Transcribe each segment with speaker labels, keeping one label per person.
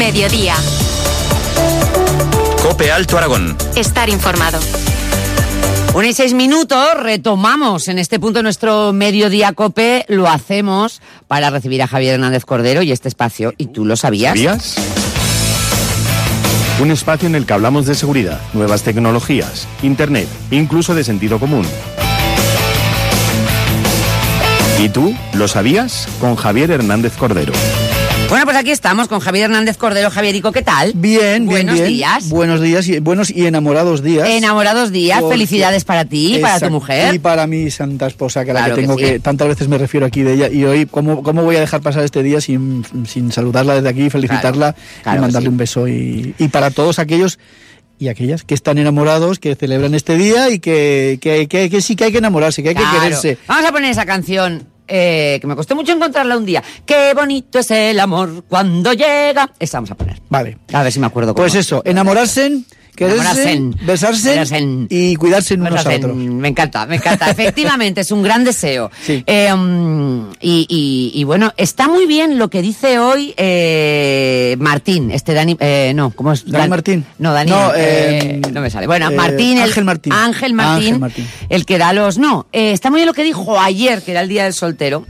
Speaker 1: Mediodía.
Speaker 2: Cope Alto Aragón.
Speaker 1: Estar informado.
Speaker 3: Bueno, y seis minutos retomamos en este punto nuestro mediodía cope. Lo hacemos para recibir a Javier Hernández Cordero y este espacio. ¿Y tú lo sabías?
Speaker 4: ¿Sabías? Un espacio en el que hablamos de seguridad, nuevas tecnologías, internet, incluso de sentido común. ¿Y tú lo sabías? Con Javier Hernández Cordero.
Speaker 3: Bueno, pues aquí estamos con Javier Hernández Cordero. Javierico, ¿qué tal?
Speaker 5: Bien, bien,
Speaker 3: Buenos
Speaker 5: bien.
Speaker 3: días.
Speaker 5: Buenos días y buenos y enamorados días.
Speaker 3: Enamorados días,
Speaker 5: Porque-
Speaker 3: felicidades para ti y para tu
Speaker 5: Exacto.
Speaker 3: mujer.
Speaker 5: Y para mi santa esposa, que a la
Speaker 3: Claro
Speaker 5: que tengo
Speaker 3: que
Speaker 5: que,
Speaker 3: sí.
Speaker 5: tantas veces me refiero aquí de ella. Y hoy, ¿cómo, cómo voy a dejar pasar este día sin, sin saludarla desde aquí, felicitarla
Speaker 3: claro
Speaker 5: y
Speaker 3: que
Speaker 5: mandarle
Speaker 3: sí.
Speaker 5: un beso? Y, y para todos aquellos y aquellas que están enamorados, que celebran este día y que, que, que- que sí que hay que enamorarse, que hay
Speaker 3: Claro.
Speaker 5: que quererse.
Speaker 3: Vamos a poner esa canción eh, que me costó mucho encontrarla un día. Qué bonito es el amor cuando llega. Esa vamos a poner.
Speaker 5: Vale.
Speaker 3: A ver si me acuerdo. cómo
Speaker 5: Pues
Speaker 3: es.
Speaker 5: eso, enamorarse, quererse,
Speaker 3: Enamorarse,
Speaker 5: besarse
Speaker 3: besarse.
Speaker 5: y cuidarse
Speaker 3: Pues
Speaker 5: unos a
Speaker 3: hacen-
Speaker 5: otros.
Speaker 3: me encanta, me encanta. Efectivamente, es un gran deseo.
Speaker 5: Sí.
Speaker 3: Eh, mm, y, y- y bueno, está muy bien lo que dice hoy eh, Martín, este Dani, eh, no, ¿cómo es?
Speaker 5: Dani
Speaker 3: Dan-
Speaker 5: Martín.
Speaker 3: No, Dani,
Speaker 5: No,
Speaker 3: no, eh,
Speaker 5: eh,
Speaker 3: no me sale. Bueno,
Speaker 5: eh,
Speaker 3: Martín, el-
Speaker 5: Ángel Martín.
Speaker 3: Ángel Martín,
Speaker 5: Ángel Martín.
Speaker 3: el que da los... No, eh, está muy bien lo que dijo ayer, que era el Día del Soltero.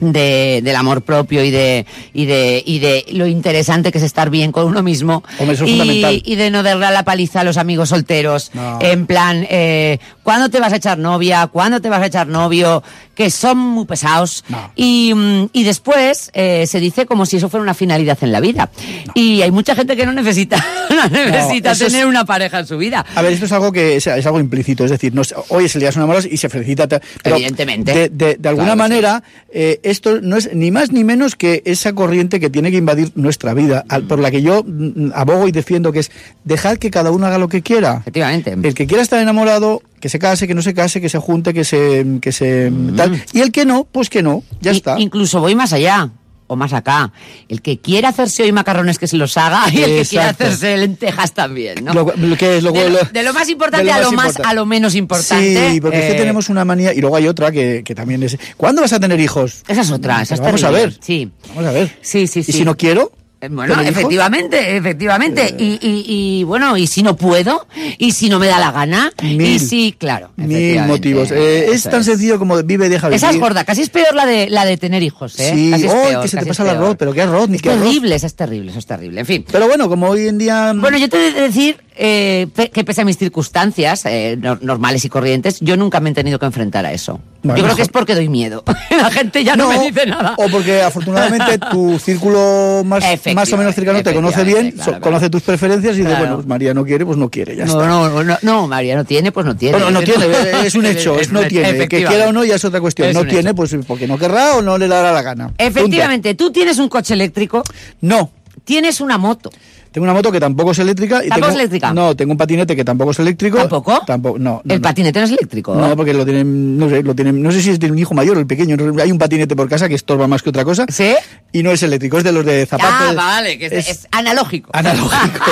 Speaker 3: de- del amor propio y de, y de y de lo interesante que es estar bien con uno mismo
Speaker 5: Hombre, eso es
Speaker 3: y,
Speaker 5: fundamental.
Speaker 3: y de no darle la paliza a los amigos solteros
Speaker 5: No.
Speaker 3: en plan eh, cuándo te vas a echar novia cuándo te vas a echar novio que son muy pesados
Speaker 5: No.
Speaker 3: y, mm, y después eh, se dice como si eso fuera una finalidad en la vida y hay mucha gente que no necesita no necesita
Speaker 5: eso es-
Speaker 3: tener una pareja en su vida
Speaker 5: A ver, esto es algo que es, es algo implícito, es decir, no, es- hoy es el día de los enamorados y se felicita. ta- pero
Speaker 3: Evidentemente.
Speaker 5: De, de- de alguna
Speaker 3: Claro que
Speaker 5: manera, eh, esto no es ni más ni menos que esa corriente que tiene que invadir nuestra vida, al- por la que yo mm, abogo y defiendo, que es dejar que cada uno haga lo que quiera.
Speaker 3: efectivamente
Speaker 5: El que quiera estar enamorado, que se case, que no se case, que se junte, que se... mm, Que se tal. Y el que no, pues que no, ya
Speaker 3: I-
Speaker 5: está.
Speaker 3: Mm. Incluso voy más allá o más acá. El que quiera hacerse hoy macarrones que se los haga y el que quiera
Speaker 5: Exacto.
Speaker 3: hacerse lentejas también, ¿no?
Speaker 5: Lo- lo que es, lo-
Speaker 3: de, lo,
Speaker 5: lo-
Speaker 3: de lo más importante
Speaker 5: de lo
Speaker 3: a lo
Speaker 5: más
Speaker 3: más
Speaker 5: importante.
Speaker 3: a lo menos importante.
Speaker 5: Sí, porque es que
Speaker 3: eh,
Speaker 5: tenemos una manía, y luego hay otra que, que también es... ¿Cuándo vas a tener hijos?
Speaker 3: esa es otra, esa es
Speaker 5: Pero vamos a
Speaker 3: terrible,
Speaker 5: ver.
Speaker 3: Sí.
Speaker 5: Vamos a ver.
Speaker 3: Sí, sí, sí.
Speaker 5: ¿Y si no quiero?
Speaker 3: Eh, Bueno,
Speaker 5: ¿Te lo dijo?
Speaker 3: efectivamente, efectivamente.
Speaker 5: Eh.
Speaker 3: Y, y- y, bueno, y si no puedo, y si no me da la gana, y
Speaker 5: Mil.
Speaker 3: si, claro.
Speaker 5: Mil
Speaker 3: efectivamente,
Speaker 5: motivos. Eh, es
Speaker 3: eso
Speaker 5: tan
Speaker 3: es.
Speaker 5: sencillo como vive, deja vivir.
Speaker 3: Esa es gorda, casi es peor la de, la de tener hijos, ¿eh?
Speaker 5: Sí,
Speaker 3: Casi es
Speaker 5: ¡ay,
Speaker 3: peor,
Speaker 5: que se te
Speaker 3: casi es
Speaker 5: pasa el arroz!
Speaker 3: peor.
Speaker 5: Pero qué arroz, ni
Speaker 3: Es
Speaker 5: qué arroz.
Speaker 3: terrible, eso es terrible, eso es terrible. En fin.
Speaker 5: Pero bueno, como hoy en día...
Speaker 3: Bueno, yo te he de decir eh, pe- que pese a mis circunstancias eh, nor- normales y corrientes, yo nunca me he tenido que enfrentar a eso. yo
Speaker 5: Bueno,
Speaker 3: creo
Speaker 5: mejor.
Speaker 3: que es porque doy miedo. La gente ya no, me dice nada.
Speaker 5: O porque afortunadamente tu círculo más, más o menos cercano te conoce bien,
Speaker 3: Efectivamente,
Speaker 5: so-
Speaker 3: claro,
Speaker 5: conoce tus preferencias y dice,
Speaker 3: Claro.
Speaker 5: bueno, pues María no quiere, pues no quiere, ya
Speaker 3: no,
Speaker 5: está.
Speaker 3: no, no, no, María, no tiene, pues no tiene.
Speaker 5: Bueno, no tiene, es un hecho, es,
Speaker 3: un
Speaker 5: no
Speaker 3: hecho,
Speaker 5: tiene. Que
Speaker 3: efectivamente.
Speaker 5: quiera o no ya es otra cuestión.
Speaker 3: Es
Speaker 5: no
Speaker 3: un
Speaker 5: tiene,
Speaker 3: hecho.
Speaker 5: pues porque no querrá o no le dará la gana. Punto.
Speaker 3: Efectivamente, tú tienes un coche eléctrico,
Speaker 5: No.
Speaker 3: tienes una moto.
Speaker 5: Tengo una moto que tampoco es eléctrica. Y
Speaker 3: ¿Tampoco
Speaker 5: tengo-
Speaker 3: es eléctrica?
Speaker 5: No, tengo un patinete que tampoco es eléctrico.
Speaker 3: ¿Tampoco?
Speaker 5: Tampoco, no. no,
Speaker 3: ¿El
Speaker 5: no.
Speaker 3: patinete no es eléctrico?
Speaker 5: No, porque lo tienen, no sé, lo tienen, no sé si es de un hijo mayor o el pequeño. no sé, Hay un patinete por casa que estorba más que otra cosa.
Speaker 3: ¿Sí?
Speaker 5: Y no es eléctrico, es de los de zapatos.
Speaker 3: Ah, vale, que es, es analógico.
Speaker 5: analógico.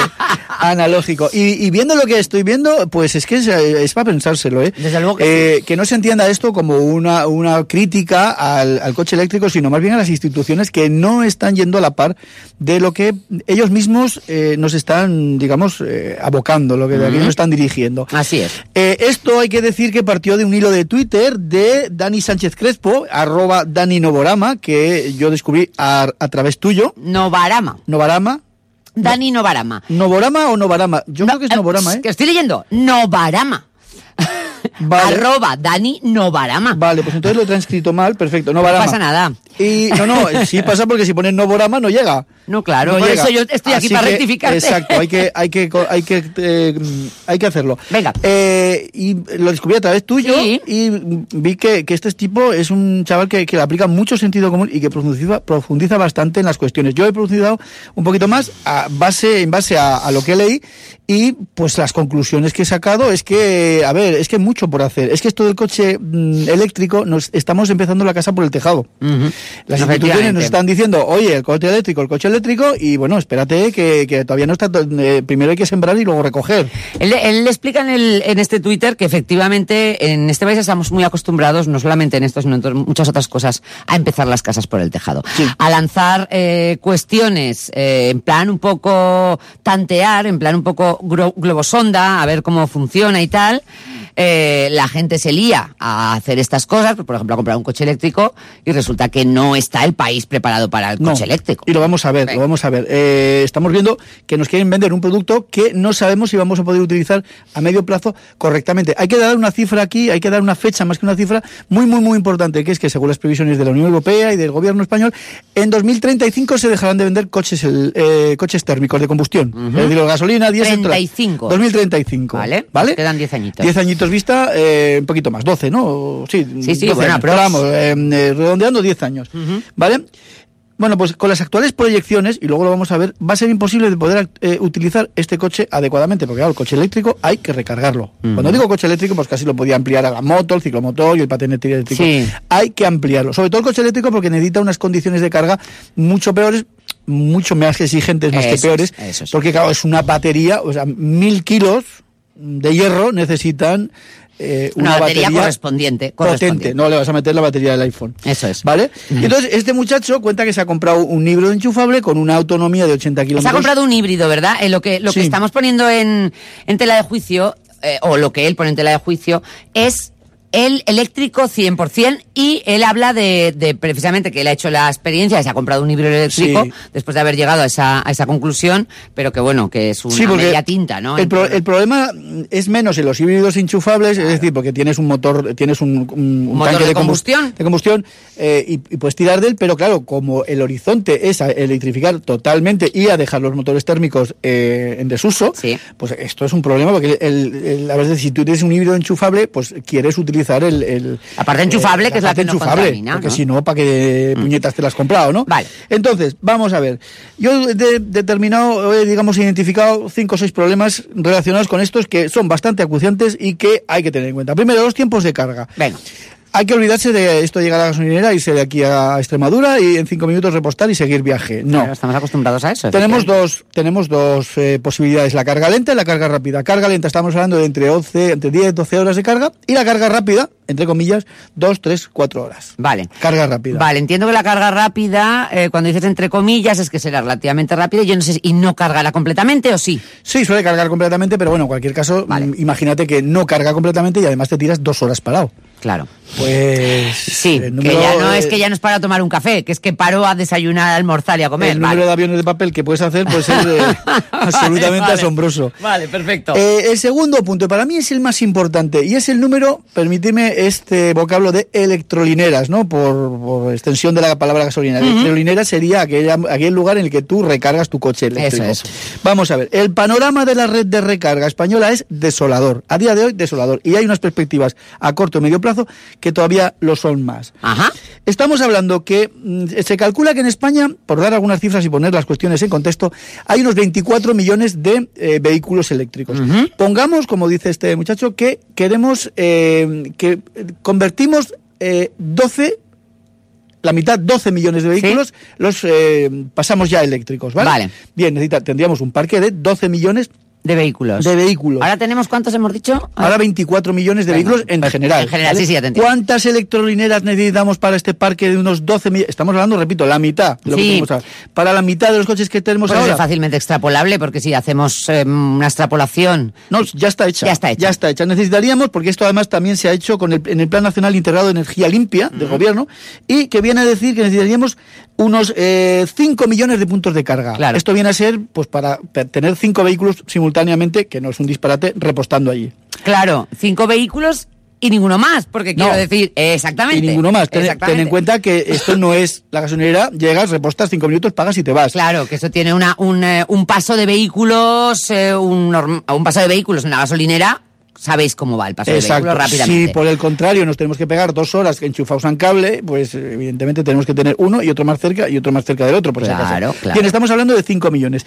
Speaker 5: analógico. Y, y viendo lo que estoy viendo, pues es que es, eh, es para pensárselo, ¿eh?
Speaker 3: Desde luego que
Speaker 5: Eh, que no se entienda esto como una, una crítica al, al coche eléctrico, sino más bien a las instituciones que no están yendo a la par de lo que ellos mismos eh, nos están, digamos, eh, abocando, lo que de aquí nos están dirigiendo.
Speaker 3: Así es.
Speaker 5: Eh, esto hay que decir que partió de un hilo de Twitter de Dani Sánchez Crespo, arroba Dani Novorama, que yo descubrí a, a través tuyo.
Speaker 3: Novarama.
Speaker 5: Novarama.
Speaker 3: Dani Novarama.
Speaker 5: ¿Novorama o Novarama? Yo creo que es Novorama,
Speaker 3: Eh,
Speaker 5: ¿eh?
Speaker 3: Que estoy leyendo. Novarama.
Speaker 5: Vale.
Speaker 3: Arroba Dani Novarama.
Speaker 5: Vale, pues entonces lo he transcrito mal, perfecto, Novarama.
Speaker 3: No pasa nada.
Speaker 5: Y no, no, sí pasa porque si pones Novorama no llega.
Speaker 3: No, claro, por eso yo estoy aquí para
Speaker 5: que,
Speaker 3: rectificarte.
Speaker 5: Exacto, hay que, hay que, co- hay que, eh, hay que hacerlo.
Speaker 3: Venga.
Speaker 5: Eh, y lo descubrí a través tuyo
Speaker 3: Sí.
Speaker 5: y vi que, que este tipo es un chaval que, que le aplica mucho sentido común y que profundiza, profundiza bastante en las cuestiones. Yo he profundizado un poquito más a base, en base a, a lo que leí y pues las conclusiones que he sacado es que, a ver, es que hay mucho por hacer. Es que esto del coche mm, eléctrico nos estamos empezando la casa por el tejado. Las instituciones
Speaker 3: Efectivamente.
Speaker 5: nos están diciendo, oye, el coche eléctrico, el coche eléctrico y bueno, espérate que, que todavía no está. to- eh, primero hay que sembrar y luego recoger.
Speaker 3: Él, él le explica en, el- en este Twitter que efectivamente en este país estamos muy acostumbrados, no solamente en esto, sino en otras- muchas otras cosas, a empezar las casas por el tejado.
Speaker 5: Sí.
Speaker 3: A lanzar eh, cuestiones eh, en plan un poco tantear, en plan un poco gro- globosonda, a ver cómo funciona y tal. Eh, la gente se lía a hacer estas cosas, pues, por ejemplo, a comprar un coche eléctrico y resulta que no está el país preparado para el
Speaker 5: No.
Speaker 3: coche eléctrico.
Speaker 5: Y lo vamos a ver,
Speaker 3: Venga.
Speaker 5: lo vamos a ver. Eh, estamos viendo que nos quieren vender un producto que no sabemos si vamos a poder utilizar a medio plazo correctamente. Hay que dar una cifra aquí, hay que dar una fecha más que una cifra muy, muy, muy importante, que es que según las previsiones de la Unión Europea y del gobierno español, en 2035 se dejarán de vender coches el- eh, coches térmicos de combustión. Es decir, gasolina, diésel.
Speaker 3: 35.
Speaker 5: 2035.
Speaker 3: Vale, pues
Speaker 5: ¿Vale?
Speaker 3: quedan 10 añitos.
Speaker 5: 10 añitos vista, eh, un poquito más, 12, ¿no? O- Sí,
Speaker 3: Sí, sí,
Speaker 5: 12
Speaker 3: bueno,
Speaker 5: años.
Speaker 3: aprox.
Speaker 5: Pero vamos, eh, eh, redondeando 10 años. ¿Vale? Bueno, pues con las actuales proyecciones, y luego lo vamos a ver, va a ser imposible de poder eh, utilizar este coche adecuadamente, porque claro, el coche eléctrico hay que recargarlo. Cuando digo coche eléctrico, pues casi lo podía ampliar a la moto, el ciclomotor y el patinete eléctrico.
Speaker 3: Sí.
Speaker 5: Hay que ampliarlo, sobre todo el coche eléctrico porque necesita unas condiciones de carga mucho peores, mucho más exigentes, más
Speaker 3: Eso es,
Speaker 5: que peores,
Speaker 3: eso es.
Speaker 5: porque claro, es una batería, o sea, mil kilos de hierro necesitan eh,
Speaker 3: Una
Speaker 5: una,
Speaker 3: batería correspondiente, correspondiente.
Speaker 5: potente, no le vas a meter la batería del iPhone.
Speaker 3: Eso es.
Speaker 5: ¿Vale? Y Entonces, este muchacho cuenta que se ha comprado un híbrido enchufable con una autonomía de 80 kilómetros.
Speaker 3: Se ha comprado un híbrido, ¿verdad? Eh, lo que, lo que
Speaker 5: Sí.
Speaker 3: estamos poniendo en, en tela de juicio, eh, o lo que él pone en tela de juicio, es el eléctrico 100% y él habla de, de precisamente que él ha hecho la experiencia, que se ha comprado un híbrido eléctrico
Speaker 5: Sí.
Speaker 3: después de haber llegado a esa, a esa conclusión, pero que bueno, que es una
Speaker 5: Sí, porque
Speaker 3: media tinta, ¿no?
Speaker 5: El, pro- el problema es menos en los híbridos enchufables, es decir, porque tienes un motor, tienes un, un- un
Speaker 3: Motor
Speaker 5: tanque
Speaker 3: de
Speaker 5: combust-
Speaker 3: combustión.
Speaker 5: de combustión eh, y, y puedes tirar de él, pero claro, como el horizonte es a electrificar totalmente y a dejar los motores térmicos eh, en desuso,
Speaker 3: Sí.
Speaker 5: pues esto es un problema porque el, el- a veces si tú tienes un híbrido enchufable, pues quieres utilizar el, el-
Speaker 3: La parte enchufable, que es la
Speaker 5: parte
Speaker 3: que no contamina,
Speaker 5: porque
Speaker 3: ¿no? Mm.
Speaker 5: si no, ¿para qué puñetas te las has comprado, no?
Speaker 3: Vale.
Speaker 5: Entonces, vamos a ver. Yo he de- determinado, he, digamos, identificado cinco o seis problemas relacionados con estos que son bastante acuciantes y que hay que tener en cuenta. Primero, los tiempos de carga.
Speaker 3: Venga.
Speaker 5: Hay que olvidarse de esto de llegar a la gasolinera, irse de aquí a Extremadura y en cinco minutos repostar y seguir viaje. No.
Speaker 3: Claro, Estamos acostumbrados a eso.
Speaker 5: Tenemos
Speaker 3: efectivamente.
Speaker 5: dos, tenemos dos eh, posibilidades, la carga lenta y la carga rápida. Carga lenta estamos hablando de entre 11, entre 10, 12 horas de carga y la carga rápida, entre comillas, 2, 3, 4 horas.
Speaker 3: Vale.
Speaker 5: Carga rápida.
Speaker 3: Vale, entiendo que la carga rápida, eh, cuando dices entre comillas, es que será relativamente rápida. Yo no sé, si- ¿y no cargará completamente o sí?
Speaker 5: Sí, suele cargar completamente, pero bueno, en cualquier caso,
Speaker 3: Vale.
Speaker 5: mm, imagínate que no carga completamente y además te tiras dos horas parado.
Speaker 3: Claro.
Speaker 5: Pues
Speaker 3: Sí,
Speaker 5: el
Speaker 3: que
Speaker 5: número,
Speaker 3: ya no
Speaker 5: eh,
Speaker 3: es que ya no es para tomar un café, que es que paro a desayunar, a almorzar y a comer.
Speaker 5: el
Speaker 3: vale.
Speaker 5: número de aviones de papel que puedes hacer pues es eh, absolutamente
Speaker 3: Vale, vale.
Speaker 5: asombroso.
Speaker 3: Vale, perfecto.
Speaker 5: Eh, el segundo punto, para mí es el más importante, y es el número, permíteme este vocablo de electrolineras, ¿no? Por, por extensión de la palabra gasolina. Electrolinera sería aquella- aquel lugar en el que tú recargas tu coche eléctrico.
Speaker 3: Eso, eso.
Speaker 5: Vamos a ver, el panorama de la red de recarga española es desolador. A día de hoy, desolador. Y hay unas perspectivas a corto y medio plazo que todavía lo son más.
Speaker 3: Ajá.
Speaker 5: Estamos hablando que mm, se calcula que en España, por dar algunas cifras y poner las cuestiones en contexto, hay unos 24 millones de eh, vehículos eléctricos. Pongamos, como dice este muchacho, que queremos eh, que eh, convertimos eh, 12 la mitad, 12 millones de vehículos, los eh, pasamos ya a eléctricos, ¿vale?
Speaker 3: Vale.
Speaker 5: Bien, necesita, tendríamos un parque de 12 millones
Speaker 3: De vehículos.
Speaker 5: de vehículos.
Speaker 3: Ahora tenemos cuántos hemos dicho.
Speaker 5: Ahora 24 millones de
Speaker 3: Venga.
Speaker 5: vehículos en general.
Speaker 3: pues, En general, sí, sí, ya te entiendo.
Speaker 5: ¿Cuántas electrolineras necesitamos para este parque de unos 12 millones? Estamos hablando, repito, la mitad. de lo que
Speaker 3: Sí.
Speaker 5: tenemos ahora. Para la mitad de los coches que tenemos
Speaker 3: Pues eso es
Speaker 5: ahora.
Speaker 3: fácilmente extrapolable porque si hacemos eh, una extrapolación
Speaker 5: No, ya está hecha.
Speaker 3: Ya está hecha.
Speaker 5: Ya está hecha. Necesitaríamos, porque esto además también se ha hecho con el, en el Plan Nacional Integrado de Energía Limpia del Gobierno, y que viene a decir que necesitaríamos unos eh, 5 millones de puntos de carga.
Speaker 3: Claro.
Speaker 5: Esto viene a ser pues para pe- tener 5 vehículos simultáneamente, que no es un disparate, repostando allí.
Speaker 3: Claro, cinco vehículos y ninguno más, porque
Speaker 5: No.
Speaker 3: quiero decir, eh, exactamente.
Speaker 5: Y ninguno más. Ten,
Speaker 3: exactamente.
Speaker 5: ten en cuenta que esto no es la gasolinera, llegas, repostas cinco minutos, pagas y te vas.
Speaker 3: Claro, que eso tiene una, un, eh, un paso de vehículos, eh, un, norm- un paso de vehículos en la gasolinera. Sabéis cómo va el paso de vehículos rápidamente.
Speaker 5: Si por el contrario nos tenemos que pegar dos horas enchufados en cable, pues eh, evidentemente tenemos que tener uno y otro más cerca y otro más cerca del otro, por si acaso.
Speaker 3: Claro, claro.
Speaker 5: Bien, estamos hablando de 5 millones.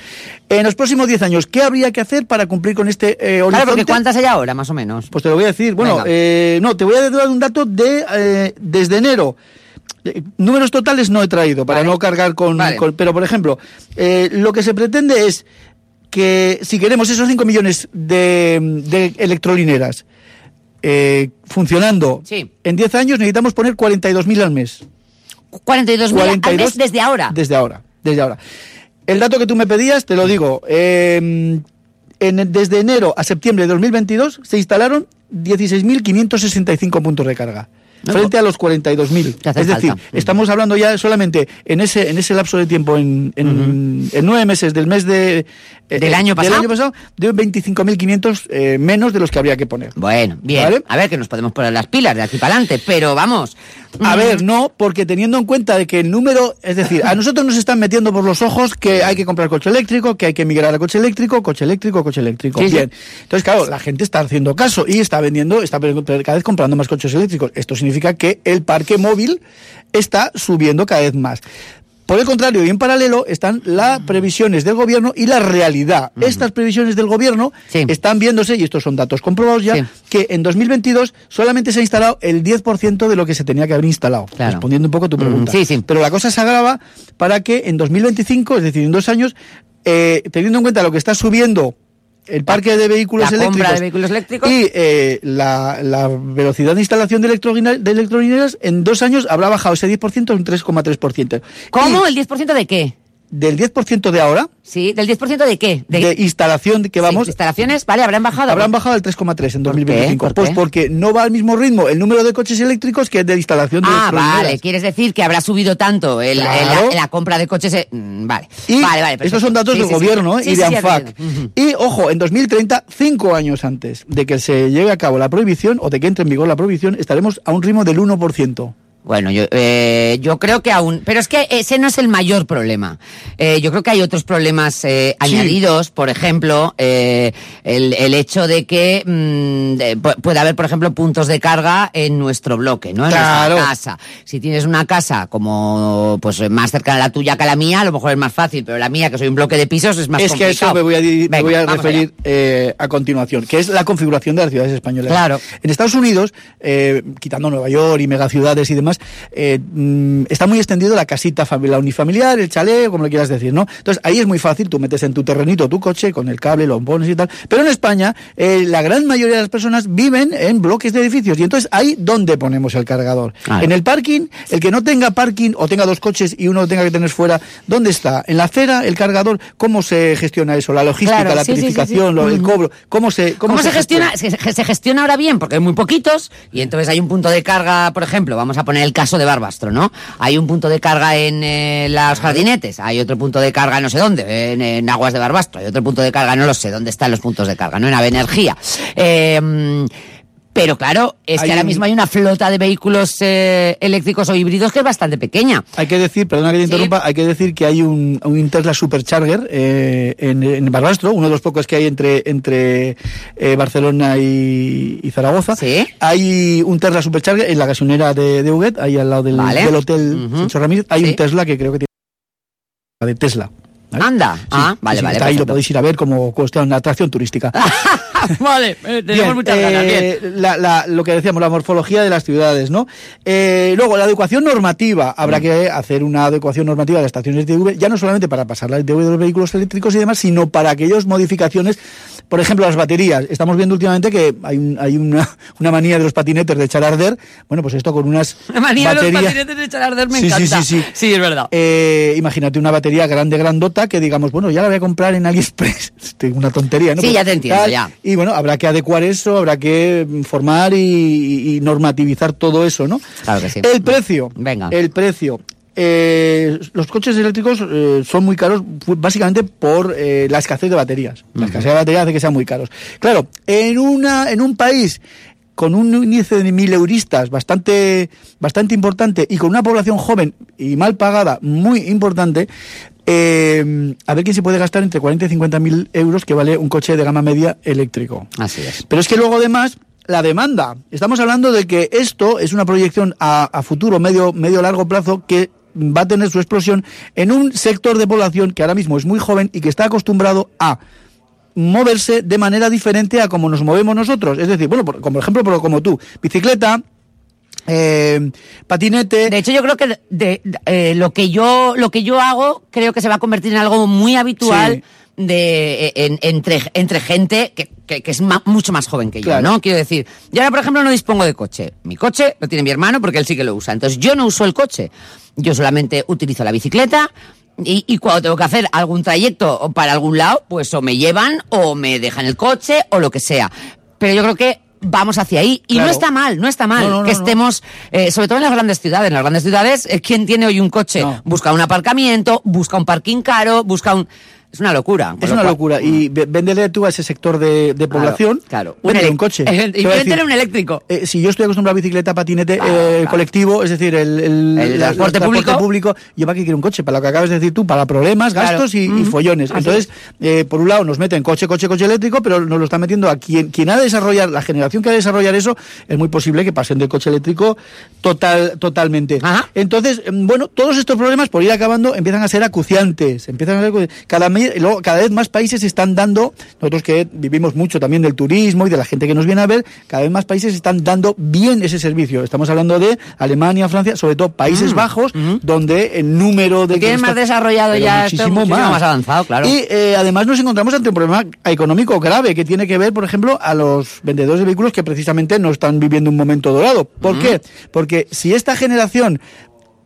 Speaker 5: En los próximos 10 años, ¿qué habría que hacer para cumplir con este eh, horizonte?
Speaker 3: Claro, porque ¿cuántas hay ahora, más o menos?
Speaker 5: Pues te lo voy a decir. Bueno,
Speaker 3: Venga.
Speaker 5: eh, no, te voy a dar un dato de eh, desde enero. Eh, Números totales no he traído para
Speaker 3: Vale.
Speaker 5: no cargar con,
Speaker 3: Vale.
Speaker 5: con- Pero, por ejemplo, eh, lo que se pretende es que si queremos esos 5 millones de, de electrolineras eh, funcionando
Speaker 3: Sí.
Speaker 5: en 10 años, necesitamos poner 42.000 al mes.
Speaker 3: 42.000 al
Speaker 5: 42
Speaker 3: mes desde ahora.
Speaker 5: Desde ahora, desde ahora. El dato que tú me pedías, te lo digo, eh, en- desde enero a septiembre de 2022 se instalaron 16.565 puntos de carga.
Speaker 3: No,
Speaker 5: Frente a los 42.000.
Speaker 3: que
Speaker 5: Es
Speaker 3: hacen
Speaker 5: decir,
Speaker 3: falta. Mm.
Speaker 5: estamos hablando ya solamente en ese, en ese lapso de tiempo, en, en- en nueve meses del mes de, eh,
Speaker 3: Del año pasado.
Speaker 5: de 25.500 eh, menos de los que habría que poner.
Speaker 3: Bueno, bien.
Speaker 5: Vale.
Speaker 3: A ver, que nos podemos poner las pilas de aquí para adelante, pero vamos.
Speaker 5: A
Speaker 3: Mm,
Speaker 5: ver, no, porque teniendo en cuenta de que el número, es decir, a nosotros nos están metiendo por los ojos que hay que comprar coche eléctrico, que hay que migrar a coche eléctrico, coche eléctrico, coche eléctrico.
Speaker 3: Sí, sí.
Speaker 5: Bien. Entonces, claro, la gente está haciendo caso y está vendiendo, está pe- cada vez comprando más coches eléctricos. Esto significa que el parque móvil está subiendo cada vez más. Por el contrario, y en paralelo están las
Speaker 3: Mm.
Speaker 5: previsiones del gobierno y la realidad. Estas previsiones del gobierno
Speaker 3: Sí.
Speaker 5: están viéndose, y estos son datos comprobados ya,
Speaker 3: Sí.
Speaker 5: que en 2022 solamente se ha instalado el 10% de lo que se tenía que haber instalado.
Speaker 3: Claro.
Speaker 5: Respondiendo un poco a tu
Speaker 3: Mm,
Speaker 5: pregunta.
Speaker 3: sí, sí.
Speaker 5: Pero la cosa se agrava para que en 2025, es decir, en dos años, eh, teniendo en cuenta lo que está subiendo el parque de vehículos
Speaker 3: La
Speaker 5: eléctricos
Speaker 3: compra de vehículos eléctricos.
Speaker 5: y eh, la, la velocidad de instalación de, electrolina- de electrolineras, en dos años habrá bajado ese 10% a un 3,3%.
Speaker 3: ¿Cómo? ¿El 10% de qué?
Speaker 5: Y Del 10% de ahora,
Speaker 3: Sí, ¿del 10% de qué?
Speaker 5: de, instalación que
Speaker 3: sí,
Speaker 5: vamos,
Speaker 3: instalaciones, ¿vale? ¿Habrán bajado?
Speaker 5: Habrán bajado al 3,3 en
Speaker 3: ¿Por qué?
Speaker 5: 2025.
Speaker 3: ¿Por
Speaker 5: pues
Speaker 3: qué?
Speaker 5: porque no va al mismo ritmo el número de coches eléctricos que el de instalación de
Speaker 3: Ah,
Speaker 5: electrolineras.
Speaker 3: vale. Quieres decir que habrá subido tanto el, el-
Speaker 5: Claro.
Speaker 3: la, la compra de coches. eh, mm, Vale.
Speaker 5: Y
Speaker 3: vale, vale. perfecto.
Speaker 5: estos son datos
Speaker 3: Sí,
Speaker 5: del
Speaker 3: sí, sí.
Speaker 5: gobierno ¿eh?
Speaker 3: Sí,
Speaker 5: y
Speaker 3: sí,
Speaker 5: de
Speaker 3: sí,
Speaker 5: ANFAC.
Speaker 3: entiendo. Ujú.
Speaker 5: Y ojo, en 2030, cinco años antes de que se lleve a cabo la prohibición o de que entre en vigor la prohibición, estaremos a un ritmo del 1%.
Speaker 3: Bueno, yo, eh, yo creo que aún... Pero es que ese no es el mayor problema. Eh, yo creo que hay otros problemas eh,
Speaker 5: Sí.
Speaker 3: añadidos, por ejemplo, eh, el, el hecho de que mm, de- pu- puede haber, por ejemplo, puntos de carga en nuestro bloque, ¿no? En
Speaker 5: Claro.
Speaker 3: nuestra casa. Si tienes una casa como pues eh, más cercana a la tuya que a la mía, a lo mejor es más fácil, pero la mía, que soy un bloque de pisos, es más
Speaker 5: es que a
Speaker 3: complicado.
Speaker 5: eso me voy a, di- me
Speaker 3: Venga,
Speaker 5: voy a
Speaker 3: vamos allá.
Speaker 5: referir eh, a continuación, que es la configuración de las ciudades españolas.
Speaker 3: Claro.
Speaker 5: En Estados Unidos, eh, quitando Nueva York y megaciudades y demás, eh, mm, está muy extendido la casita, fami- la unifamiliar, el chalet, como le quieras decir, ¿no? Entonces ahí es muy fácil, tú metes en tu terrenito tu coche con el cable, los bonos y tal. Pero en España, eh, la gran mayoría de las personas viven en bloques de edificios y entonces ahí donde ponemos el cargador.
Speaker 3: Claro.
Speaker 5: En el parking, el que no tenga parking o tenga dos coches y uno lo tenga que tener fuera, ¿dónde está? ¿En la acera el cargador? ¿Cómo se gestiona eso? La logística,
Speaker 3: Claro,
Speaker 5: la
Speaker 3: sí, sí, sí,
Speaker 5: tarificación,
Speaker 3: sí.
Speaker 5: lo- el
Speaker 3: Ujú.
Speaker 5: cobro, ¿cómo se
Speaker 3: ¿Cómo, se, gestiona?
Speaker 5: gestiona?
Speaker 3: Se, se gestiona ahora bien, porque hay muy poquitos, y entonces hay un punto de carga, por ejemplo, vamos a poner el caso de Barbastro, ¿no? Hay un punto de carga en eh, las jardinetes, hay otro punto de carga no sé dónde, en, en Aguas de Barbastro, hay otro punto de carga, no lo sé, ¿dónde están los puntos de carga? ¿No? En Avenirgía. Eh, pero claro, es
Speaker 5: Hay
Speaker 3: que ahora
Speaker 5: un-
Speaker 3: mismo hay una flota de vehículos eh, eléctricos o híbridos que es bastante pequeña.
Speaker 5: Hay que decir, perdona que te interrumpa, hay que decir que hay un, un Tesla Supercharger eh, en, en Barbastro, uno de los pocos que hay entre, entre eh, Barcelona y, y Zaragoza.
Speaker 3: Sí.
Speaker 5: Hay un Tesla Supercharger en la gasolinera de, de Huguet, ahí al lado del,
Speaker 3: Vale.
Speaker 5: del hotel
Speaker 3: Ujú.
Speaker 5: Sancho Ramírez, hay
Speaker 3: Sí.
Speaker 5: un Tesla que creo que tiene de Tesla. ¿vale?
Speaker 3: Anda,
Speaker 5: Sí,
Speaker 3: ah,
Speaker 5: sí,
Speaker 3: vale,
Speaker 5: sí,
Speaker 3: vale.
Speaker 5: está Ahí lo
Speaker 3: perfecto.
Speaker 5: podéis ir a ver como cuestión una atracción turística.
Speaker 3: vale, eh, tenemos
Speaker 5: Bien,
Speaker 3: muchas ganas, bien.
Speaker 5: eh, la- la- lo que decíamos, la morfología de las ciudades, ¿no? Eh, luego, la adecuación normativa.
Speaker 3: Mm.
Speaker 5: Habrá que hacer una adecuación normativa de las estaciones de ITV, ya no solamente para pasar la ITV de los vehículos eléctricos y demás, sino para aquellas modificaciones, por ejemplo, las baterías. Estamos viendo últimamente que hay, un- hay una, una manía de los patinetes de echar a arder. Bueno, pues esto con unas
Speaker 3: La manía de los
Speaker 5: baterías...
Speaker 3: patinetes de echar a arder me
Speaker 5: Sí, sí,
Speaker 3: encanta.
Speaker 5: sí, sí.
Speaker 3: es verdad.
Speaker 5: Eh, imagínate una batería grande, grandota, que digamos, bueno, ya la voy a comprar en AliExpress. Esto es una tontería, ¿no?
Speaker 3: Sí, ya te entiendo,
Speaker 5: tal.
Speaker 3: ya.
Speaker 5: Y bueno, habrá que adecuar eso, habrá que mm, formar y, y normativizar todo eso, ¿no?
Speaker 3: Claro que sí.
Speaker 5: El precio.
Speaker 3: Venga.
Speaker 5: El precio. Eh, los coches eléctricos eh, son muy caros fu- básicamente por eh, la escasez de baterías. La escasez de baterías hace que sean muy caros. Claro, en, una, en un país con un índice de mil euristas bastante, bastante importante y con una población joven y mal pagada muy importante, eh, a ver quién se puede gastar entre 40 y 50 mil euros que vale un coche de gama media eléctrico.
Speaker 3: Así es.
Speaker 5: Pero es que luego además la demanda. Estamos hablando de que esto es una proyección a, a futuro, medio, medio largo plazo, que va a tener su explosión en un sector de población que ahora mismo es muy joven y que está acostumbrado a moverse de manera diferente a como nos movemos nosotros. Es decir, bueno, por, como por ejemplo, por- como tú, bicicleta, eh, patinete.
Speaker 3: De hecho, yo creo que de- de- eh, lo que yo lo que yo hago creo que se va a convertir en algo muy habitual de eh, en- entre entre gente que, que- que es ma- mucho más joven que
Speaker 5: Claro.
Speaker 3: yo, ¿no? Quiero decir, yo ahora por ejemplo no dispongo de coche. Mi coche lo tiene mi hermano porque él sí que lo usa. Entonces yo no uso el coche. Yo solamente utilizo la bicicleta. Y, y cuando tengo que hacer algún trayecto o para algún lado, pues o me llevan o me dejan el coche o lo que sea. Pero yo creo que vamos hacia ahí. Y
Speaker 5: Claro.
Speaker 3: no está mal, no está mal
Speaker 5: No, no, no,
Speaker 3: que
Speaker 5: no.
Speaker 3: estemos, eh, sobre todo en las grandes ciudades. En las grandes ciudades, eh, ¿quién tiene hoy un coche?
Speaker 5: No.
Speaker 3: Busca un aparcamiento, busca un parking caro, busca un... Es una locura. con
Speaker 5: Es
Speaker 3: lo
Speaker 5: una
Speaker 3: cual-
Speaker 5: locura. Y ve- véndele tú a ese sector de, de
Speaker 3: Claro,
Speaker 5: población.
Speaker 3: Claro.
Speaker 5: véndele
Speaker 3: elec-
Speaker 5: un coche. Te
Speaker 3: Y
Speaker 5: voy a decir,
Speaker 3: tener un eléctrico.
Speaker 5: eh, si yo estoy acostumbrado a bicicleta, patinete,
Speaker 3: Claro,
Speaker 5: eh,
Speaker 3: claro.
Speaker 5: colectivo, es decir, el, el-
Speaker 3: El
Speaker 5: la-
Speaker 3: transporte público.
Speaker 5: yo para qué quiero un coche, para lo que acabas de decir tú, para problemas,
Speaker 3: Claro.
Speaker 5: gastos y, y
Speaker 3: Ujú.
Speaker 5: follones.
Speaker 3: Así
Speaker 5: Entonces, eh, por un lado nos meten coche, coche, coche eléctrico, pero nos lo están metiendo a quien, quien ha de desarrollar, la generación que ha de desarrollar eso, es muy posible que pasen del coche eléctrico total, totalmente.
Speaker 3: Ajá.
Speaker 5: Entonces, mm, bueno, todos estos problemas, por ir acabando, empiezan a ser acuciantes. Empiezan a ser acu- cada, me- y luego, cada vez más países están dando, nosotros que vivimos mucho también del turismo y de la gente que nos viene a ver, cada vez más países están dando bien ese servicio. Estamos hablando de Alemania, Francia, sobre todo Países Bajos,
Speaker 3: mm.
Speaker 5: donde el número de...
Speaker 3: Lo tienen
Speaker 5: que
Speaker 3: más
Speaker 5: está-
Speaker 3: desarrollado
Speaker 5: pero
Speaker 3: ya, esto es muchísimo más avanzado, claro.
Speaker 5: Y eh, además nos encontramos ante un problema económico grave que tiene que ver, por ejemplo, a los vendedores de vehículos que precisamente no están viviendo un momento dorado. ¿Por qué? Porque si esta generación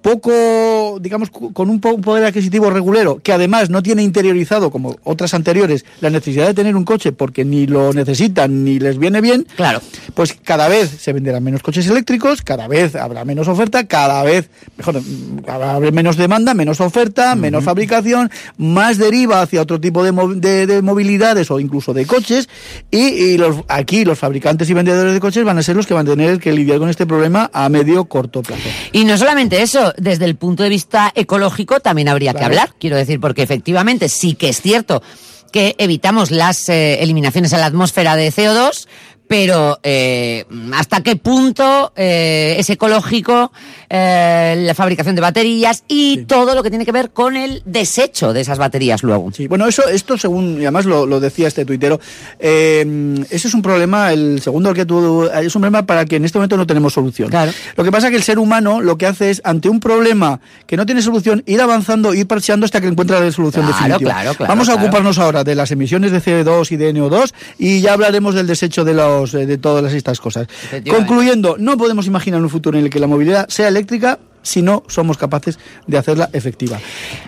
Speaker 5: poco, digamos, cu- con un po- un poder adquisitivo regulero, que además no tiene interiorizado, como otras anteriores, la necesidad de tener un coche porque ni lo necesitan ni les viene bien,
Speaker 3: Claro.
Speaker 5: pues cada vez se venderán menos coches eléctricos, cada vez habrá menos oferta, cada vez mejor, mm, habrá menos demanda, menos oferta, menos fabricación, más deriva hacia otro tipo de, mov- de- de movilidades o incluso de coches. Y, y los, aquí los fabricantes y vendedores de coches van a ser los que van a tener que lidiar con este problema a medio corto plazo.
Speaker 3: Y no solamente eso, desde el punto de vista ecológico también habría que
Speaker 5: Claro.
Speaker 3: hablar, quiero decir, porque efectivamente sí que es cierto que evitamos las eh, eliminaciones a la atmósfera de CO2, pero eh, hasta qué punto eh, es ecológico eh, la fabricación de baterías y todo lo que tiene que ver con el desecho de esas baterías luego.
Speaker 5: Sí, bueno, eso, esto según, y además lo, lo decía este tuitero, eh, ese es un problema, el segundo que tú, es un problema para el que en este momento no tenemos solución.
Speaker 3: Claro.
Speaker 5: Lo que pasa es que el ser humano lo que hace es, ante un problema que no tiene solución, ir avanzando, ir parcheando hasta que encuentra la solución
Speaker 3: Claro,
Speaker 5: definitiva.
Speaker 3: claro, claro,
Speaker 5: Vamos a
Speaker 3: claro.
Speaker 5: ocuparnos ahora de las emisiones de CO2 y de NO2 y ya hablaremos del desecho de, los, eh, de todas las- estas cosas.
Speaker 3: Efectivamente.
Speaker 5: Concluyendo, no podemos imaginar un futuro en el que la movilidad sea eléctrica si no somos capaces de hacerla efectiva.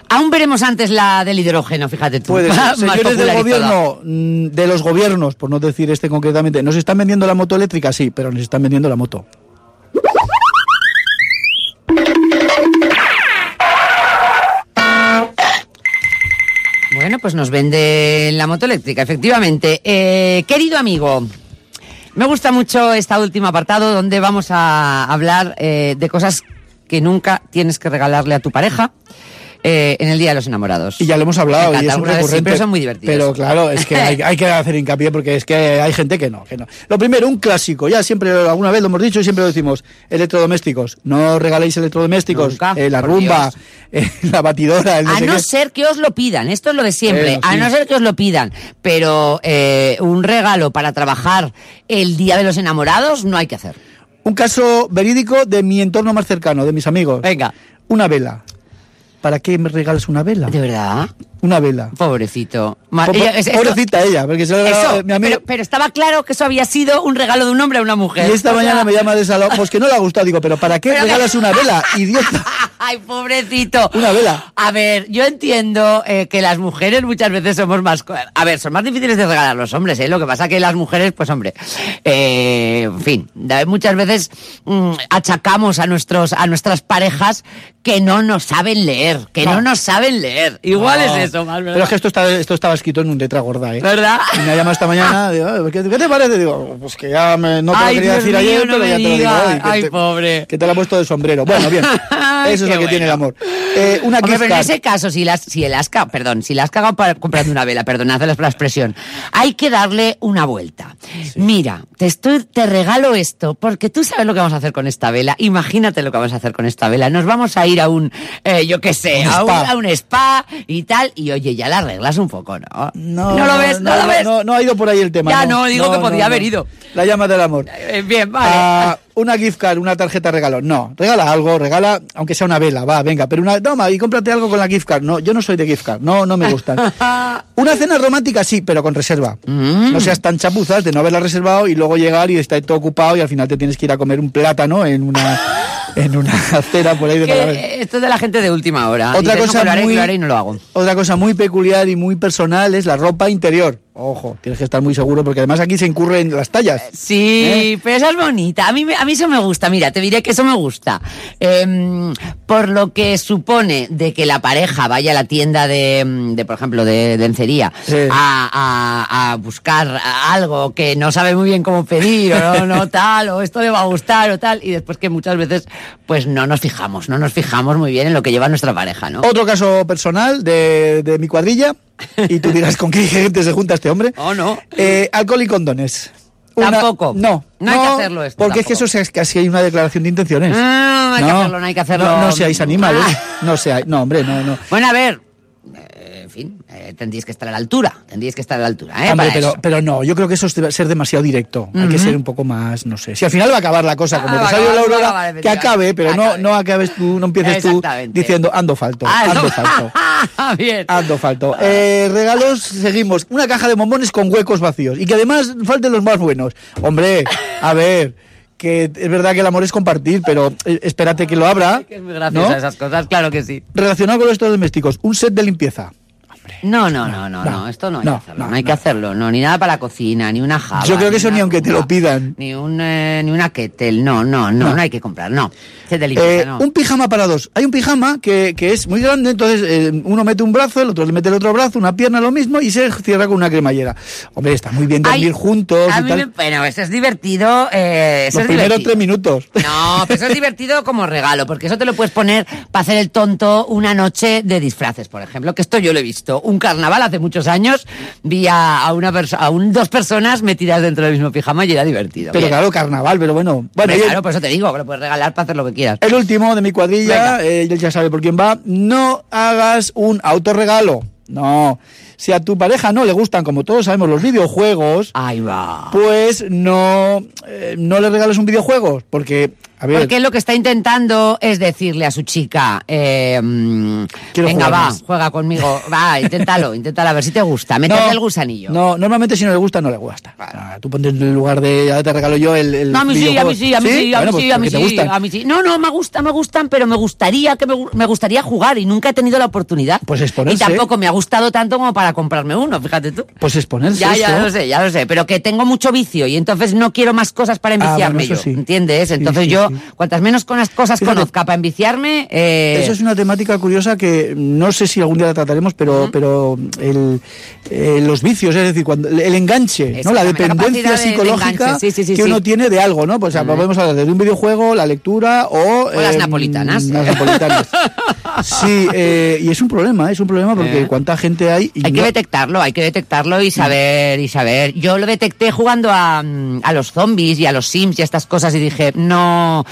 Speaker 3: Aún veremos antes la del hidrógeno, fíjate tú.
Speaker 5: Puede ser.
Speaker 3: Más
Speaker 5: Señores
Speaker 3: popular
Speaker 5: del
Speaker 3: y todo.
Speaker 5: gobierno, mm, de los gobiernos, por no decir este concretamente, ¿nos están vendiendo la moto eléctrica? Sí, pero nos están vendiendo la moto.
Speaker 3: Bueno, pues nos vende la moto eléctrica, efectivamente. Eh, querido amigo, me gusta mucho este último apartado donde vamos a hablar eh, de cosas que nunca tienes que regalarle a tu pareja eh, en el Día de los Enamorados.
Speaker 5: Y ya lo hemos
Speaker 3: Me
Speaker 5: hablado,
Speaker 3: encanta,
Speaker 5: y es un
Speaker 3: alguna vez sí,
Speaker 5: recurrente.
Speaker 3: pero son muy divertidos.
Speaker 5: Pero claro, es que hay, hay que hacer hincapié porque es que hay gente que no, que no. Lo primero, un clásico. Ya siempre, alguna vez lo hemos dicho y siempre lo decimos. Electrodomésticos. No regaléis electrodomésticos.
Speaker 3: Nunca,
Speaker 5: Eh, la
Speaker 3: por
Speaker 5: rumba, eh, la batidora, el no
Speaker 3: A
Speaker 5: sé
Speaker 3: Ah, no
Speaker 5: qué.
Speaker 3: ser que os lo pidan, esto es lo de siempre,
Speaker 5: Bueno,
Speaker 3: a
Speaker 5: sí.
Speaker 3: no ser que os lo pidan, pero eh, un regalo para trabajar el Día de los Enamorados no hay que hacer.
Speaker 5: Un caso verídico de mi entorno más cercano, de mis amigos.
Speaker 3: Venga.
Speaker 5: Una vela. ¿Para qué me regalas una vela?
Speaker 3: De verdad,
Speaker 5: Una vela.
Speaker 3: pobrecito. Ma-
Speaker 5: Po-
Speaker 3: Ah, ella- es- esto-
Speaker 5: Pues, pobrecita ella, porque se lo
Speaker 3: Eso,
Speaker 5: mi amiga.
Speaker 3: pero, pero estaba claro que eso había sido un regalo de un hombre a una mujer.
Speaker 5: y esta
Speaker 3: O sea,
Speaker 5: mañana me llama de salón, pues que no le ha gustado. Digo, pero ¿para qué
Speaker 3: Pero-
Speaker 5: regalas una vela, idiota?
Speaker 3: Ay, pobrecito.
Speaker 5: Una vela.
Speaker 3: A ver, yo entiendo eh, que las mujeres muchas veces somos más... co- A ver, son más difíciles de regalar los hombres, ¿eh? Lo que pasa que las mujeres, pues hombre, eh, en fin, da- muchas veces mm, achacamos a, nuestros, a nuestras parejas que no nos saben leer, que no,
Speaker 5: No.
Speaker 3: nos saben leer. Igual
Speaker 5: No.
Speaker 3: es eso, más verdad.
Speaker 5: Pero es que esto, está, esto estaba escrito en un letra gorda, ¿eh?
Speaker 3: ¿Verdad?
Speaker 5: Y me ha llamado esta mañana, digo, "Ay, ¿qué, qué te parece? Digo, pues que ya me- no te lo
Speaker 3: Ay,
Speaker 5: quería
Speaker 3: Dios
Speaker 5: decir
Speaker 3: mío,
Speaker 5: ayer,
Speaker 3: no
Speaker 5: pero
Speaker 3: me
Speaker 5: ya te lo digo.
Speaker 3: digas.
Speaker 5: hoy, que
Speaker 3: Ay,
Speaker 5: te-
Speaker 3: pobre.
Speaker 5: Que te la ha puesto de sombrero. Bueno, bien.
Speaker 3: Ay,
Speaker 5: Eso es
Speaker 3: qué
Speaker 5: lo que tiene el
Speaker 3: bueno.
Speaker 5: amor. Eh, una
Speaker 3: Hombre, pero
Speaker 5: gift
Speaker 3: en
Speaker 5: card.
Speaker 3: ese caso, si las, si el has cagado, perdón, si la has cagado para- comprando una vela, perdonad la la expresión, hay que darle una vuelta. Mira, te estoy, te regalo esto, porque tú sabes lo que vamos a hacer con esta vela. Imagínate lo que vamos a hacer con esta vela. Nos vamos a ir a un, eh, yo qué sé,
Speaker 5: Un
Speaker 3: a, un,
Speaker 5: spa.
Speaker 3: a un spa y tal, y oye, ya la arreglas un poco, ¿no?
Speaker 5: No,
Speaker 3: lo ves, no, lo ves.
Speaker 5: No, no ha ido por ahí el tema.
Speaker 3: Ya no, digo que podía haber ido.
Speaker 5: La llama del amor.
Speaker 3: Eh, bien, vale.
Speaker 5: Ah, una gift card, una tarjeta regalo. No, regala algo, regala, aunque sea una vela, va, venga, pero una, toma y cómprate algo con la gift card. No, yo no soy de gift card, no, no me gustan. una cena romántica sí, pero con reserva.
Speaker 3: Mm.
Speaker 5: No seas tan chapuzas de no haberla reservado y luego llegar y estar todo ocupado y al final te tienes que ir a comer un plátano en una, en una acera por ahí de Talavera.
Speaker 3: Que esto es de la gente de última hora. Dice, "Eso que lo haré, que lo haré y no lo hago.
Speaker 5: Otra cosa muy peculiar y muy personal es la ropa interior. Ojo, tienes que estar muy seguro porque además aquí se incurren las tallas. ¿Eh?
Speaker 3: Sí, pero esa es bonita. A mí, me- a mí eso me gusta. Mira, te diré que eso me gusta. Em, por lo que supone de que la pareja vaya a la tienda de, em, de, por ejemplo, de lencería
Speaker 5: Sí.
Speaker 3: a, a- a buscar a- algo que no sabe muy bien cómo pedir o no, no tal, o esto le va a gustar o tal, y después que muchas veces pues no nos fijamos, no nos fijamos muy bien en lo que lleva nuestra pareja, ¿no?
Speaker 5: Otro caso personal de, de mi cuadrilla, y tú dirás con qué gente se junta este hombre.
Speaker 3: Oh, no.
Speaker 5: Eh, alcohol y condones.
Speaker 3: Tampoco.
Speaker 5: No,
Speaker 3: No hay que hacerlo esto
Speaker 5: Porque es
Speaker 3: tampoco.
Speaker 5: que eso es casi hay una declaración de intenciones.
Speaker 3: Ah, no hay que hacerlo, no hay que hacerlo.
Speaker 5: No, no seáis animales.
Speaker 3: Ah.
Speaker 5: No seáis. No, hombre, no, no.
Speaker 3: Bueno, a ver. eh, En fin, eh, tendríais que estar a la altura. Tendríais que estar a la altura, ¿eh?
Speaker 5: Hombre,
Speaker 3: Para
Speaker 5: pero,
Speaker 3: eso.
Speaker 5: pero no, yo creo que eso es de- ser demasiado directo. Hay que ser un poco más, no sé. Si al final va a acabar la cosa, como
Speaker 3: Ah,
Speaker 5: te
Speaker 3: va a
Speaker 5: salió la
Speaker 3: acabar, va a
Speaker 5: aurora,
Speaker 3: acabar,
Speaker 5: que acabe, pero no,
Speaker 3: acabe.
Speaker 5: no acabes tú, no empieces tú
Speaker 3: Exactamente.
Speaker 5: diciendo ando falto,
Speaker 3: Ah,
Speaker 5: ando
Speaker 3: no.
Speaker 5: falto.
Speaker 3: Bien.
Speaker 5: Ando falto. Eh, regalos, seguimos. Una caja de bombones con huecos vacíos. Y que además falten los más buenos. Hombre, a ver, que es verdad que el amor es compartir, pero eh, espérate que lo abra.
Speaker 3: Que es muy graciosa
Speaker 5: ¿no?
Speaker 3: esas cosas, claro que sí.
Speaker 5: Relacionado con los domésticos, un set de limpieza.
Speaker 3: No, no, no, no,
Speaker 5: no,
Speaker 3: no, esto no hay
Speaker 5: no,
Speaker 3: que hacerlo,
Speaker 5: no,
Speaker 3: no, hay que
Speaker 5: no.
Speaker 3: hacerlo, no, ni nada para la cocina, ni una java.
Speaker 5: Yo creo que eso
Speaker 3: una
Speaker 5: ni aunque te
Speaker 3: rumba,
Speaker 5: lo pidan.
Speaker 3: Ni, un, eh, ni una kettle, no, no, no,
Speaker 5: No.
Speaker 3: no, hay que comprar, no. Se te limpieza,
Speaker 5: Eh,
Speaker 3: no.
Speaker 5: un pijama para dos. Hay un pijama que, que es muy grande, entonces eh, uno mete un brazo, el otro le mete el otro brazo, una pierna lo mismo y se cierra con una cremallera. Hombre, está muy bien dormir
Speaker 3: Ay,
Speaker 5: juntos
Speaker 3: a
Speaker 5: y
Speaker 3: mí
Speaker 5: tal.
Speaker 3: me- bueno, eso es divertido. eh, eso
Speaker 5: Los
Speaker 3: es
Speaker 5: primeros
Speaker 3: divertido.
Speaker 5: tres minutos.
Speaker 3: No, pero eso es divertido como regalo, porque eso te lo puedes poner para hacer el tonto una noche de disfraces, por ejemplo, que esto yo lo he visto. Un carnaval hace muchos años vi a, a una perso- a un- dos personas metidas dentro del mismo pijama y era divertido.
Speaker 5: Pero
Speaker 3: Bien.
Speaker 5: claro, carnaval, pero bueno. Bueno,
Speaker 3: Hombre,
Speaker 5: y el-
Speaker 3: claro, por eso te digo, que lo puedes regalar para hacer lo que quieras.
Speaker 5: El último de mi cuadrilla,
Speaker 3: Venga.
Speaker 5: eh, él ya sabe por quién va. No hagas un autorregalo. No. Si a tu pareja no le gustan, como todos sabemos, los videojuegos,
Speaker 3: Ahí va.
Speaker 5: pues no, eh, no le regales un videojuego. Porque, a ver,
Speaker 3: Porque lo que está intentando es decirle a su chica, eh, mm,
Speaker 5: Quiero
Speaker 3: venga,
Speaker 5: jugar
Speaker 3: va,
Speaker 5: más".
Speaker 3: juega conmigo, va, inténtalo, inténtalo, a ver si te gusta, métete el gusanillo.
Speaker 5: No, normalmente si no le gusta, no le gusta. Ah, tú ponte en el lugar de, ya te regalo yo el, el
Speaker 3: No, a mí sí, a
Speaker 5: videojuego.
Speaker 3: mí sí, a mí sí, a mí
Speaker 5: Bueno, pues
Speaker 3: sí, a mí
Speaker 5: porque te
Speaker 3: sí,
Speaker 5: gustan.
Speaker 3: a mí sí. No, no, me gusta, me gustan, pero me gustaría que me, gu- me gustaría jugar y nunca he tenido la oportunidad.
Speaker 5: Pues exponerse.
Speaker 3: Y tampoco me ha gustado tanto como para comprarme uno, fíjate tú.
Speaker 5: Pues exponerse
Speaker 3: Ya, ya
Speaker 5: eso.
Speaker 3: lo sé, ya lo sé, pero que tengo mucho vicio y entonces no quiero más cosas para
Speaker 5: Ah, bueno,
Speaker 3: enviciarme
Speaker 5: eso
Speaker 3: yo,
Speaker 5: sí.
Speaker 3: ¿entiendes?
Speaker 5: Sí,
Speaker 3: Entonces
Speaker 5: sí,
Speaker 3: yo,
Speaker 5: sí.
Speaker 3: cuantas menos con las cosas
Speaker 5: Fíjate.
Speaker 3: conozca para enviciarme, eh,
Speaker 5: Eso es una temática curiosa que no sé si algún día la trataremos, pero, pero el, eh, los vicios, es decir, cuando, el- el enganche, ¿no? la
Speaker 3: Exactamente, la
Speaker 5: dependencia
Speaker 3: capacidad de- de
Speaker 5: psicológica
Speaker 3: enganche, sí, sí, sí,
Speaker 5: que
Speaker 3: sí.
Speaker 5: uno tiene de algo, ¿no? Pues o sea, podemos hablar de un videojuego, la lectura o... em,
Speaker 3: O las napolitanas.
Speaker 5: Las napolitanas. Sí, eh, y es un problema, es un problema porque
Speaker 3: Eh.
Speaker 5: cuánta gente hay... Y
Speaker 3: hay que
Speaker 5: no- Mm.
Speaker 3: detectarlo, hay que detectarlo y saber, y saber. Yo lo detecté jugando a, mm, a los zombies y a los sims y a estas cosas y dije, no,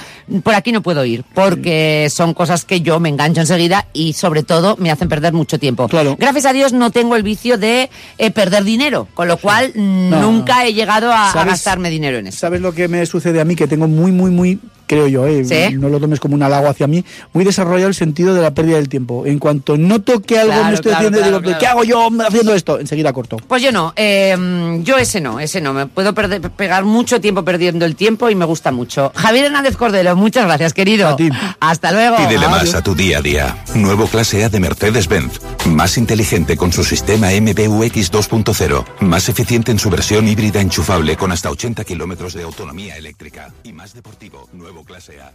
Speaker 3: por aquí no puedo ir, porque son cosas que yo me engancho enseguida y sobre todo me hacen perder mucho tiempo.
Speaker 5: Claro.
Speaker 3: Gracias a Dios no tengo el vicio de eh, perder dinero, con lo cual mm,
Speaker 5: No,
Speaker 3: nunca he llegado a, a
Speaker 5: ¿Sabes-
Speaker 3: gastarme dinero en eso.
Speaker 5: ¿Sabes lo que me sucede a mí? Que tengo muy, muy, muy, creo yo, eh,
Speaker 3: Sí.
Speaker 5: no lo tomes como un halago hacia mí, muy desarrollado el sentido de la pérdida del tiempo. En cuanto noto que algo
Speaker 3: Claro,
Speaker 5: me estoy
Speaker 3: claro,
Speaker 5: haciendo,
Speaker 3: claro,
Speaker 5: digo,
Speaker 3: claro.
Speaker 5: ¿qué hago yo haciendo esto? Enseguida corto.
Speaker 3: Pues yo no, eh, yo ese no, ese no. Me puedo perder- pegar mucho tiempo perdiendo el tiempo y me gusta mucho. Javier Hernández Cordero, muchas gracias, querido.
Speaker 5: A ti.
Speaker 3: Hasta luego.
Speaker 1: Pídele
Speaker 5: Adiós.
Speaker 1: más a tu día a día. Nuevo clase A de Mercedes-Benz. Más inteligente con su sistema MBUX 2.0. Más eficiente en su versión híbrida enchufable con hasta 80 kilómetros de autonomía eléctrica. Y más deportivo. Nuevo clase A.